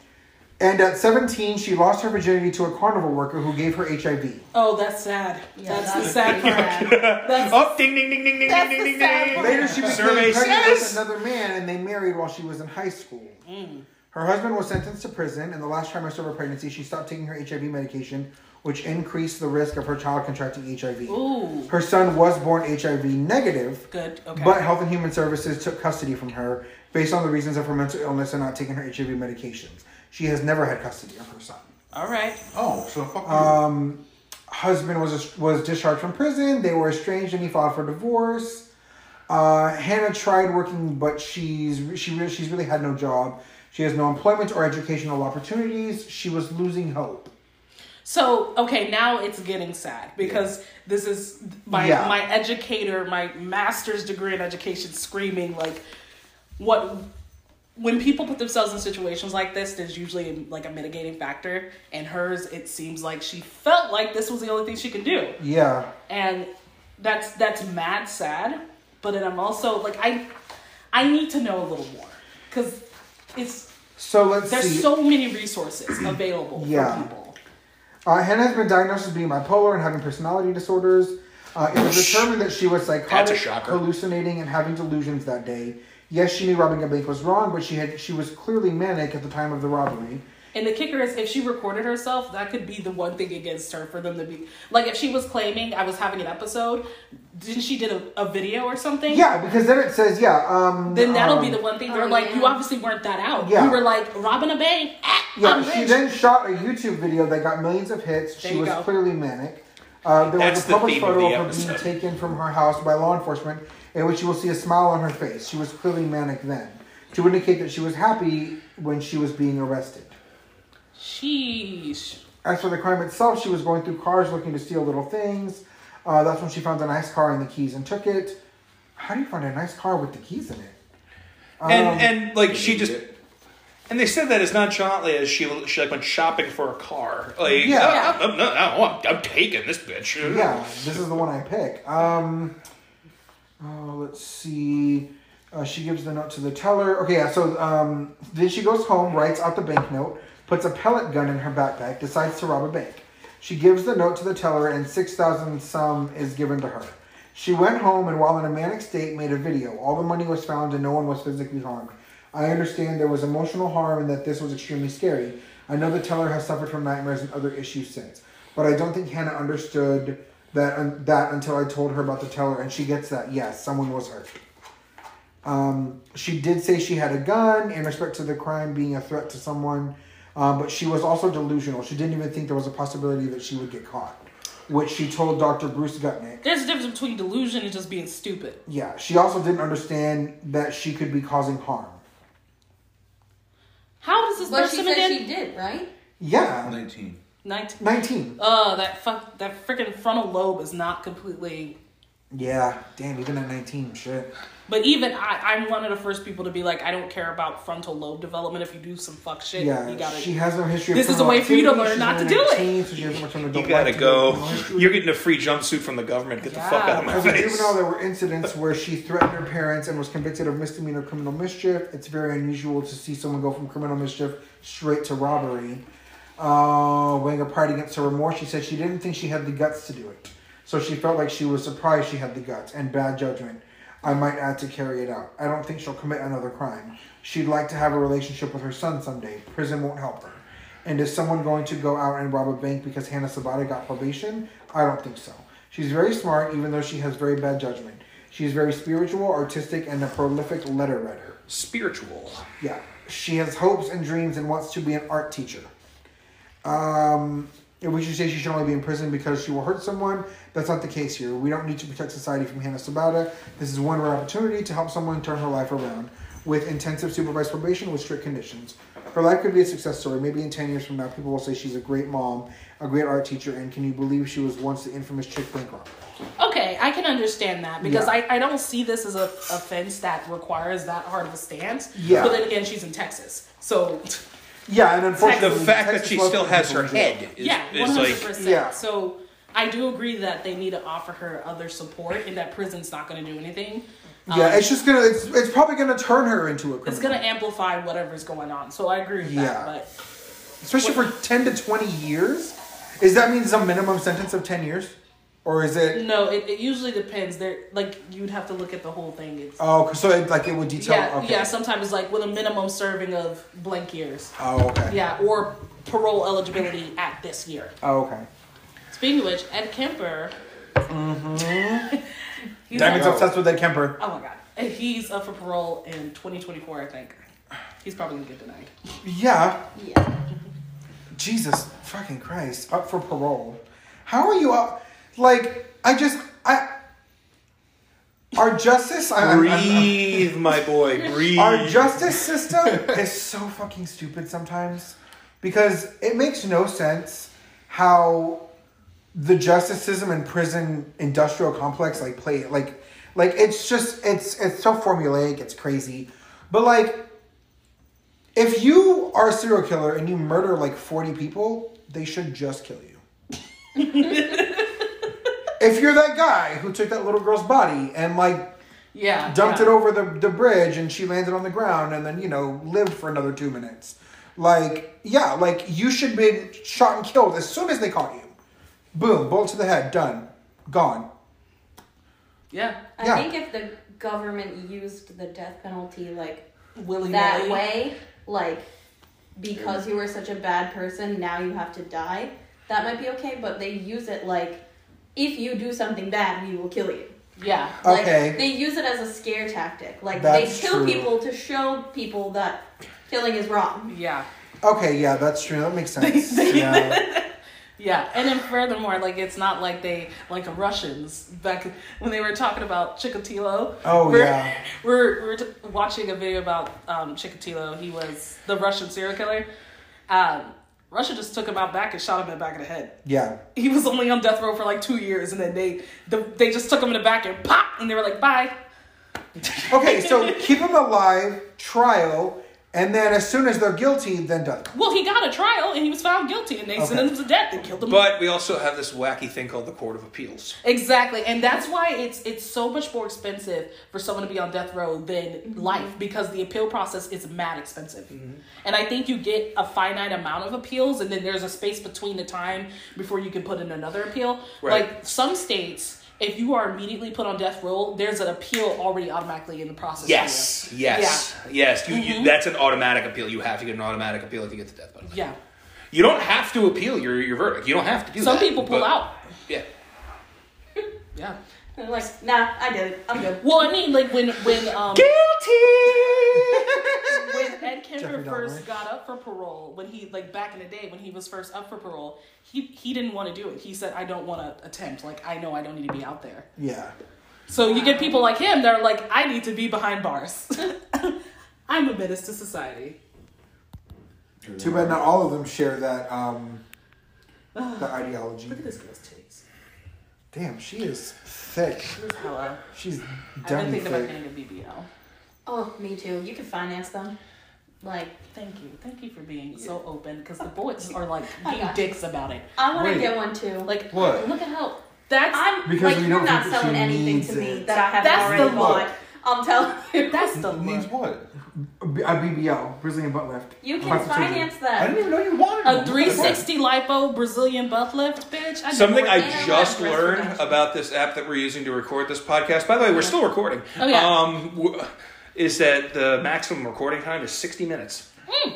and at 17, she lost her virginity to a carnival worker who gave her HIV. Oh, that's sad. Yeah, that's, the that's sad pretty part. That's Oh, ding, ding, ding, ding, ding, That's ding, the ding, sad ding. part. Later, she became Survey pregnant with says. another man, and they married while she was in high school. Mm. Her husband was sentenced to prison, and the last trimester of her pregnancy, she stopped taking her HIV medication, which increased the risk of her child contracting HIV. Ooh. Her son was born HIV negative, Good. Okay. but Health and Human Services took custody from her based on the reasons of her mental illness and not taking her HIV medications. She has never had custody of her son. all right. Oh, so fuck Husband was was discharged from prison. They were estranged, and he filed for divorce. Uh, Hannah tried working, but she's she really, she's really had no job. She has no employment or educational opportunities. She was losing hope. So okay, now it's getting sad because this is my Yeah. my educator, my master's degree in education, screaming like, what? When people put themselves in situations like this, there's usually like a mitigating factor. And hers, it seems like she felt like this was the only thing she could do. Yeah, and that's that's mad sad but then i'm also like i i need to know a little more because it's so let's there's see. so many resources available Yeah. for people uh, Hannah has been diagnosed as being bipolar and having personality disorders. Uh, it was determined that she was psychotic, shocker. hallucinating, and having delusions that day. Yes, she knew robbing a bank was wrong, but she had she was clearly manic at the time of the robbery. and the kicker is if she recorded herself that could be the one thing against her for them to be like if she was claiming i was having an episode didn't she did a, a video or something Yeah, because then it says yeah. Um, Mm. then that'll be um, the one thing they're Oh, like yeah. you obviously weren't that out Yeah. you were like robbing a bank ah, Yeah, I'm she rich. then shot a YouTube video that got millions of hits. There she you was go. clearly manic. Uh, there That's was a the published theme of photo the of her being episode. taken from her house by law enforcement, in which you will see a smile on her face. She was clearly manic then, to indicate that she was happy when she was being arrested. sheesh As for the crime itself, she was going through cars looking to steal little things. Uh, that's when she found a nice car and the keys and took it. How do you find a nice car with the keys in it? um, And and like she just and they said that as nonchalantly as she she like went shopping for a car. Like Yeah. yeah, I'm, I'm, no, no, I'm, I'm taking this bitch. Yeah, this is the one I pick. Um, oh, let's see. Uh, she gives the note to the teller. Okay, yeah, so um, then she goes home, writes out the banknote, puts a pellet gun in her backpack, decides to rob a bank. She gives the note to the teller, and 6,000 some is given to her. She went home and, while in a manic state, made a video. All the money was found and no one was physically harmed. I understand there was emotional harm and that this was extremely scary. I know the teller has suffered from nightmares and other issues since, but I don't think Hannah understood that that until I told her about the teller, and she gets that. Yes, someone was hurt. Um, she did say she had a gun in respect to the crime being a threat to someone, um, but she was also delusional. She didn't even think there was a possibility that she would get caught, which she told Dr. Bruce Gutnick. there's a difference between delusion and just being stupid Yeah, she also didn't understand that she could be causing harm. how does this But she person said again? she did, right? Yeah, 19. 19. 19. Oh, Uh, that fuck, that freaking frontal lobe is not completely Yeah, damn, even at 19, shit. But even I, I'm one of the first people to be like, I don't care about frontal lobe development. If you do some fuck shit, Yeah, you gotta. she has no history of This is criminal a way for you to activity, learn she's not to only do it. 19, so she doesn't much of an adult You gotta life to go. go. criminal history. You're getting a free jumpsuit from the government. Get the fuck out of my As a face. juvenile, there were incidents where she threatened her parents and was convicted of misdemeanor criminal mischief. It's very unusual to see someone go from criminal mischief straight to robbery. Uh, weighing her pride against her remorse, she said she didn't think she had the guts to do it. So she felt like she was surprised she had the guts and bad judgment. I might add to carry it out. I don't think she'll commit another crime. She'd like to have a relationship with her son someday. Prison won't help them. And is someone going to go out and rob a bank because Hannah Sabata got probation? I don't think so. She's very smart, even though she has very bad judgment. She's very spiritual, artistic, and a prolific letter writer. Spiritual. Yeah. She has hopes and dreams and wants to be an art teacher. Um, and we should say she should only be in prison because she will hurt someone. That's not the case here. We don't need to protect society from Hannah Sabata. This is one rare opportunity to help someone turn her life around with intensive supervised probation with strict conditions. Her life could be a success story. Maybe in 10 years from now, people will say she's a great mom, a great art teacher, and can you believe she was once the infamous chick bank robber? Okay, I can understand that because Yeah. I, I don't see this as a offense that requires that hard of a stance. Yeah. But then again, she's in Texas, so Yeah, and unfortunately, The fact that Texas she laws still put has people her in jail. head is, yeah, one is hundred like Yeah. percent. So I do agree that they need to offer her other support, and that prison's not going to do anything. Um, Yeah, it's just gonna. It's, it's probably gonna turn her into a criminal. it's going to amplify whatever's going on. So I agree with Yeah. that. But especially for ten to twenty years. Is that means a minimum sentence of ten years, or is it? No, it, it usually depends. There, like you'd have to look at the whole thing. It's, Oh, 'cause so it, like it would detail. yeah, okay. yeah. Sometimes it's like with a minimum serving of blank years. Oh, okay. Yeah, or parole eligibility at this year. Oh, okay. Speaking of which, Ed Kemper. Mm-hmm. he's Diamond's up- obsessed with Ed Kemper. oh my god, And he's up for parole in 2024, I think. He's probably gonna get denied. Yeah. Yeah. Jesus fucking Christ. Up for parole. How are you up? Like I just I. Our justice. I, I'm- I'm- I'm- breathe, my boy, breathe. Our justice system is so fucking stupid sometimes because it makes no sense how the justice system and prison industrial complex like play like like it's just it's it's so formulaic it's crazy but like if you are a serial killer and you murder like 40 people they should just kill you if you're that guy who took that little girl's body and like Yeah, dumped yeah. it over the, the bridge and she landed on the ground and then you know lived for another two minutes like yeah like you should be shot and killed as soon as they caught you boom bullet to the head done gone Yeah, I Yeah. think if the government used the death penalty like willy that nilly. way, like because you were such a bad person, now you have to die. That might be okay, but they use it like if you do something bad, we will kill you. Yeah, Okay. Like, they use it as a scare tactic. Like That's they kill true. people to show people that killing is wrong. yeah. okay yeah that's true that makes sense yeah. Yeah, and then furthermore, like it's not like they like the Russians back when they were talking about Chikatilo. Oh, we're, yeah. we're we're t- watching a video about um, Chikatilo. He was the Russian serial killer. Um, Russia just took him out back and shot him in the back of the head. yeah He was only on death row for like two years, and then they the, they just took him in the back and pop, and they were like, "Bye." okay so keep them alive trial and then as soon as they're guilty then done Well, he got a trial, and he was found guilty, and they Okay. sentenced him to death. They killed him. But we also have this wacky thing called the Court of Appeals. Exactly, and that's why it's it's so much more expensive for someone to be on death row than Mm-hmm. life because the appeal process is mad expensive, and I think you get a finite amount of appeals, and then there's a space between the time before you can put in another appeal. Right. Like some states, if you are immediately put on death row, there's an appeal already automatically in the process. for you. Yes, yes, yes. You, Mm-hmm. you, that's an automatic appeal. You have to get an automatic appeal if you get the death penalty. Yeah. You don't have to appeal your, your verdict. You don't have to do Some that. people pull but- out. Yeah. Yeah. They're like, nah, I did it. I'm good. Well, I mean, like when when um. when Ed Kemper Jeffrey Dahmer. first got up for parole, when he like back in the day when he was first up for parole, he he didn't want to do it. He said, "I don't want to attempt. Like I know I don't need to be out there." yeah So you get people like him that are like, "I need to be behind bars. I'm a menace to society." too bad not all of them share that um that ideology Look at this girl's titties. Damn, she is thick. Hello. She's I've been dummy thinking about thick. getting a BBL. Oh, me too. You can finance them. Like, Thank you. Thank you for being so open because the boys are like I being got you. dicks about it. I want Wait. to get one too. Like, Like, What? look at how that's I'm Because like we you're don't not think that she selling anything to needs me it. that I haven't That's already the bought. I'm telling you. that's the Needs look. what? A BBL, Brazilian butt lift. You can Prostitution. finance I didn't them. even know you wanted A one. 360 lipo Brazilian butt lift, bitch. I Something never- I Animal just breast learned reduction. about this app that we're using to record this podcast. By the way, we're still recording. Oh, yeah. Um, w- is that the maximum recording time is 60 minutes,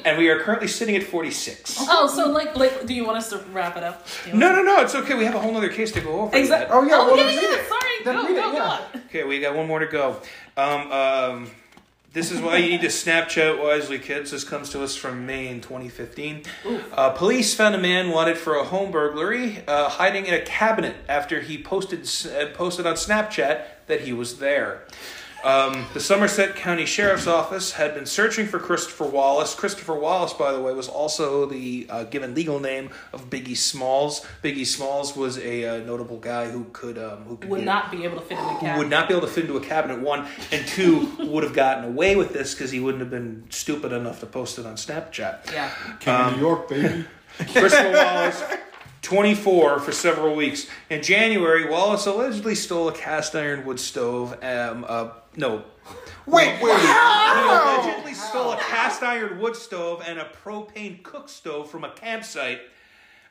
and we are currently sitting at 46. Hmm. Oh, so like, like, do you want us to wrap it up? Do you No, want- no, no. It's okay. We have a whole other case to go over. Exactly. Oh, yeah, Oh, well, yeah, let's yeah, read it. Sorry. Then go, read it, go, yeah. go. Okay, we got one more to go. Um, um, this is why you need to Snapchat wisely, kids. This comes to us from Maine, 2015. Uh, police found a man wanted for a home burglary, uh, hiding in a cabinet after he posted s- uh, posted on Snapchat that he was there. Um, the Somerset County Sheriff's Office had been searching for Christopher Wallace. Christopher Wallace, by the way, was also the uh, given legal name of Biggie Smalls. Biggie Smalls was a uh, notable guy who could um, who could Would get- not be able to fit in the who cab. would not be able to fit into a cabinet one and two would have gotten away with this because he wouldn't have been stupid enough to post it on snapchat Yeah. King of New York, baby. christopher wallace 24 for several weeks in january wallace allegedly stole a cast iron wood stove um, uh, no Wait, wait. he allegedly stole a cast iron wood stove and a propane cook stove from a campsite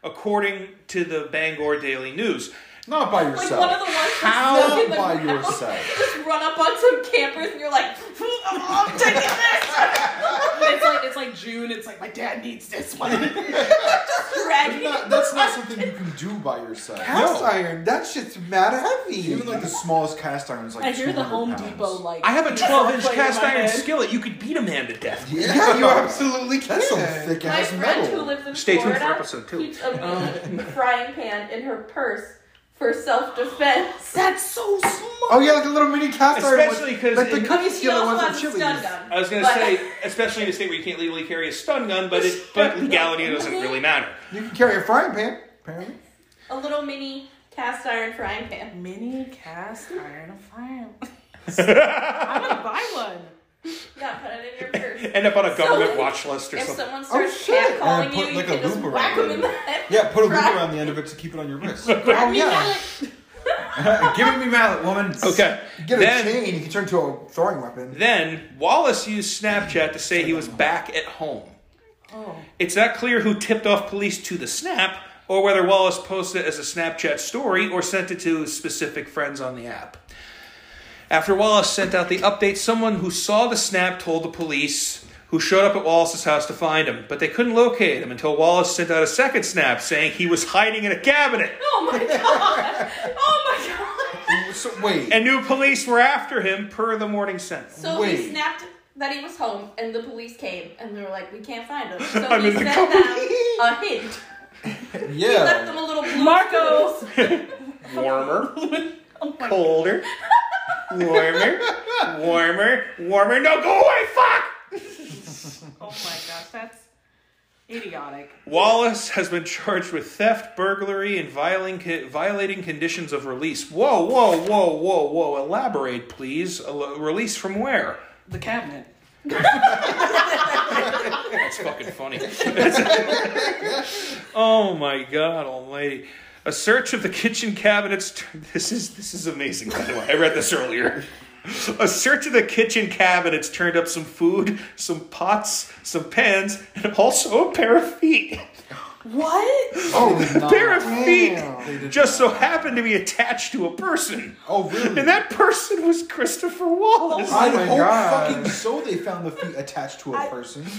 according to the bangor daily news Not by Like one of yourself. the ones that's How stuck in the by ground. yourself. Just run up on some campers and you're like, "Hmm, I'm taking this. It's like it's like June. It's like my dad needs this one. Dragging That's not, that's not something you can do by yourself. Cast iron, that shit's mad heavy. Even like the smallest cast iron is like. I hear the 200 Home pounds. Depot like. i have a 12 inch playing in cast my iron head. skillet you could beat a man to death Yeah, yeah, you absolutely can. That's some thick My ass friend who metal. lives in Stay tuned for Florida episode two. keeps a meat frying pan in her purse for self-defense. That's so smart. Oh yeah, like a little mini cast iron. one. Especially 'cause like the it- cookie She skillet also ones at has a Chili's. stun gun. I was gonna But- say, especially in a state where you can't legally carry a stun gun, but it, but legality doesn't really matter. You can carry a frying pan, apparently. a little mini cast iron frying pan. Mini cast iron fire. I'm gonna buy one. Yeah, put it in your purse. End up on a government So- watch list or If something. someone starts shit. cat calling And you, put, you like, a can just loop whack around them in it. the head. Yeah, put a loop Right. around the end of it to keep it on your wrist. Oh yeah. Like, Give it me mallet, woman. Okay. Get a Then, chain. You can turn it to a throwing weapon. then Wallace used Snapchat to say he was back at home. Oh. It's not clear who tipped off police to the snap, or whether Wallace posted it as a Snapchat story or sent it to specific friends on the app. After Wallace sent out the update, someone who saw the snap told the police, who showed up at Wallace's house to find him, but they couldn't locate him until Wallace sent out a second snap saying he was hiding in a cabinet. oh my god! Oh my god! So, wait. And new police were after him per the morning sentinel. So Wait. he snapped that he was home, and the police came, and they were like, "We can't find him." So I'm he in the sent company. them a hint. He left yeah. them a little blue. Marcos. Warmer, colder, warmer, warmer, warmer. No, go away, fuck! Oh my gosh, that's idiotic. Wallace has been charged with theft, burglary, and violating, violating conditions of release. Whoa, whoa, whoa, whoa, whoa. Elaborate, please. Elo- Release from where? The cabinet. That's fucking funny. oh my god, almighty. A search of the kitchen cabinets. tur- This is this is amazing. By the way, I read this earlier. A search of the kitchen cabinets turned up some food, some pots, some pans, and also a pair of feet. What? A pair of They feet just so happened to be attached to a person. Oh, really? And that person was Christopher Wallace. I my hope God. fucking so they found the feet attached to a person.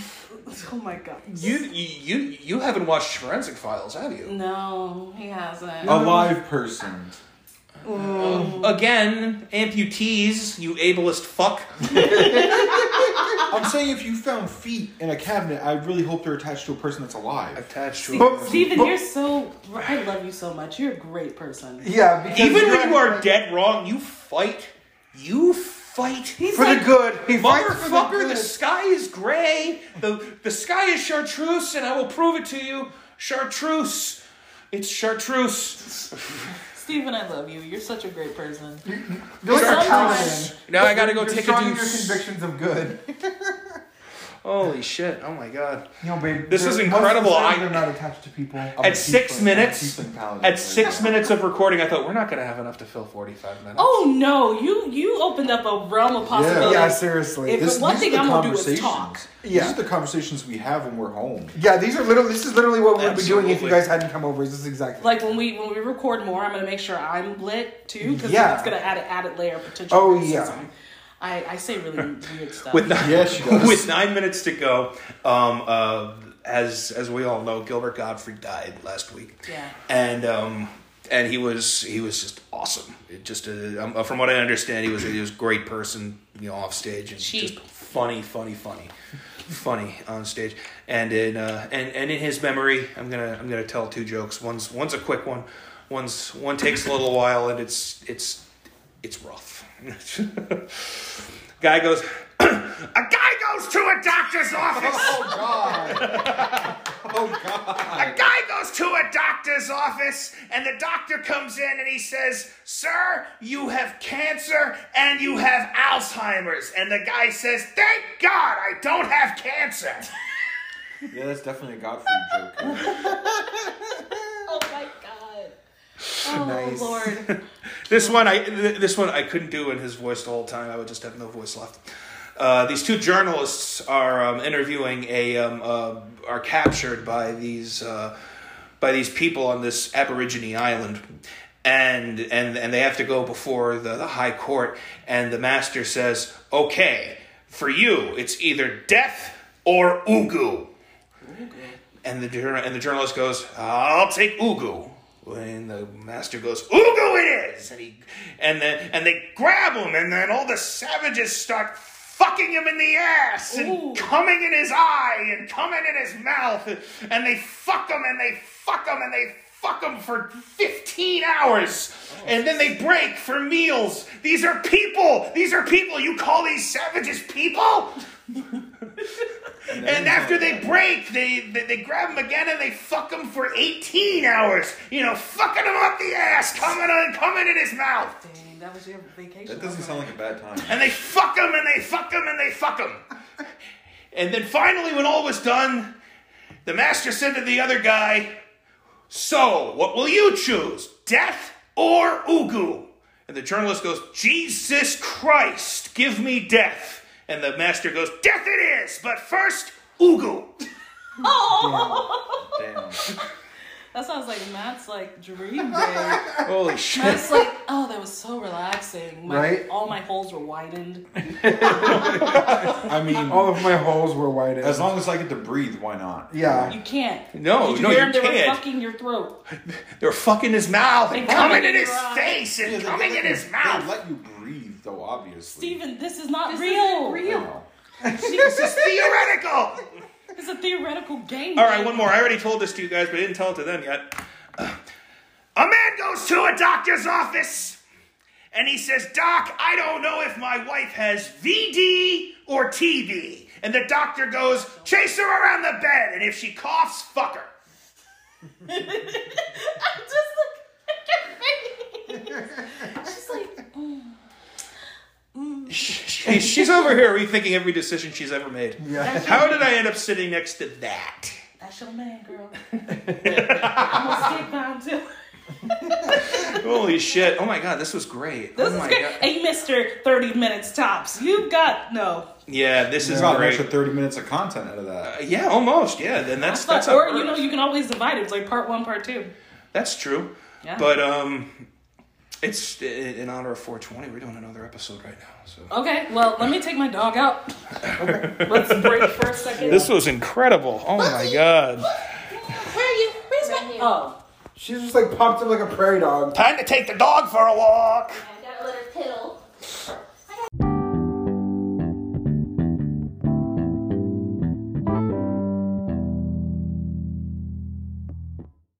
Oh my god. You you you haven't watched Forensic Files, have you? No, he A hasn't. Oh, live person. Again, amputees, you ableist fuck. I'm saying if you found feet in a cabinet, I really hope they're attached to a person that's alive. Attached to But- Steven, you're so. I love you so much. You're a great person. Yeah, because Even you're- when you are dead wrong, you fight. You fight. for the good, he fights for the Motherfucker, good. the sky is gray. The the sky is chartreuse, and I will prove it to you. Chartreuse. It's chartreuse. Steven, I love you. You're such a great person. You're like a Someone- paladin. Now I gotta go You're take a strong in deuce. your convictions of good. Holy shit! Oh my god! You know, babe. This they're- is once incredible. They're, I- they're not attached to people. At six minutes, at At six minutes of recording, I thought we're not gonna have enough to fill forty-five minutes. Oh no, you you opened up a realm of possibility. Yeah, seriously. If- This, One these thing are the I'm gonna do is conversations. talk. Yeah. These are the conversations we have when we're home. yeah, these are literally. This is literally what we'd be doing if you Absolutely. guys hadn't come over. Is this exactly? Like when we when we record more, I'm gonna make sure I'm lit too because Yeah. that's gonna add an added layer of potential. Oh, criticism. yeah. I, I say really weird stuff. With nine, Yeah, she does. with nine minutes to go, um, uh, as as we all know, Gilbert Godfrey died last week. Yeah. and um, and he was he was just awesome. It just uh, um, from what I understand, he was he was a great person, you know, off stage and Cheap. just funny, funny, funny, funny on stage. And in uh, and and in his memory, I'm gonna I'm gonna tell two jokes. One's one's a quick one. One's one takes a little while, and it's it's it's rough. guy goes. a guy goes to a doctor's office. Oh God! Oh God! A guy goes to a doctor's office, and the doctor comes in and he says, Sir, you have cancer and you have Alzheimer's. And the guy says, Thank God I don't have cancer. Yeah, that's definitely a Godfrey joke. oh my god. Oh Nice. lord. This one, I th- this one I couldn't do in his voice the whole time. I would just have no voice left. Uh, these two journalists are um, interviewing a um, uh, are captured by these uh, by these people on this Aborigine island, and and and they have to go before the, the high court. And the master says, "Okay, for you, it's either death or ugu." And the jour- and the journalist goes, "I'll take Ugu." And the master goes, "Ugu it is!" And he and then and they grab him, and then all the savages start fucking him in the ass and Ooh. coming in his eye and coming in his mouth, and they fuck him and they fuck him and they fuck him for fifteen hours, and then they break for meals. These are people. These are people. You call these savages people? And after they break, they, they they grab them again and they fuck them for 18 hours. You know, fucking him up the ass, coming on, coming in his mouth. Dang, that was your vacation. That doesn't sound like a bad time. And they fuck him and they fuck him and they fuck him. And then finally, when all was done, the master said to the other guy, So, what will you choose, death or Ugu? And the journalist goes, Jesus Christ, give me death. And the master goes, Death it is, but first, Ugu. Oh, Damn. that sounds like Matt's like dream day. Holy shit. Matt's like, oh, that was so relaxing. My, Right? All my holes were widened. I mean, All of my holes were whited. as long as I get to breathe, why not? yeah. You can't. No, Did you no, hear you him? They were can't. fucking your throat. They were fucking his mouth and They coming coming in in his your eye. face and Yeah, they coming let in you- his mouth. They let you breathe, though, obviously. Steven, this is not This real. isn't I real. know. this is theoretical. It's a theoretical game. All right, one more. I already told this to you guys, but I didn't tell it to them yet. Uh, A man goes to a doctor's office and he says, Doc, I don't know if my wife has VD or TB. And the doctor goes, Chase her around the bed, and if she coughs, fuck her. I'm just like, your face. She's like, She- She's over here rethinking every decision she's ever made. Yeah. How did I end up sitting next to that? that's your man, girl. I'm gonna stick by him too. Oh Holy shit. Oh my god, this was great. This oh is my great. god. Hey, Mister, thirty minutes tops. You got no. Yeah, this You is got an great. Uh, extra 30 minutes of content out of that. yeah, almost. Yeah, then that's But- that's how or it you know, works. you can always divide it. It's like part one, part two. That's true. Yeah. But um it's i- in honor of 420. We're doing another episode right now. So Okay, well, let me take my dog out. Let's break for a second. This was incredible. Oh my god. Where are you? Where's Right here. Oh, She just like popped up like a prairie dog. Time to take the dog for a walk. I gotta let her piddle.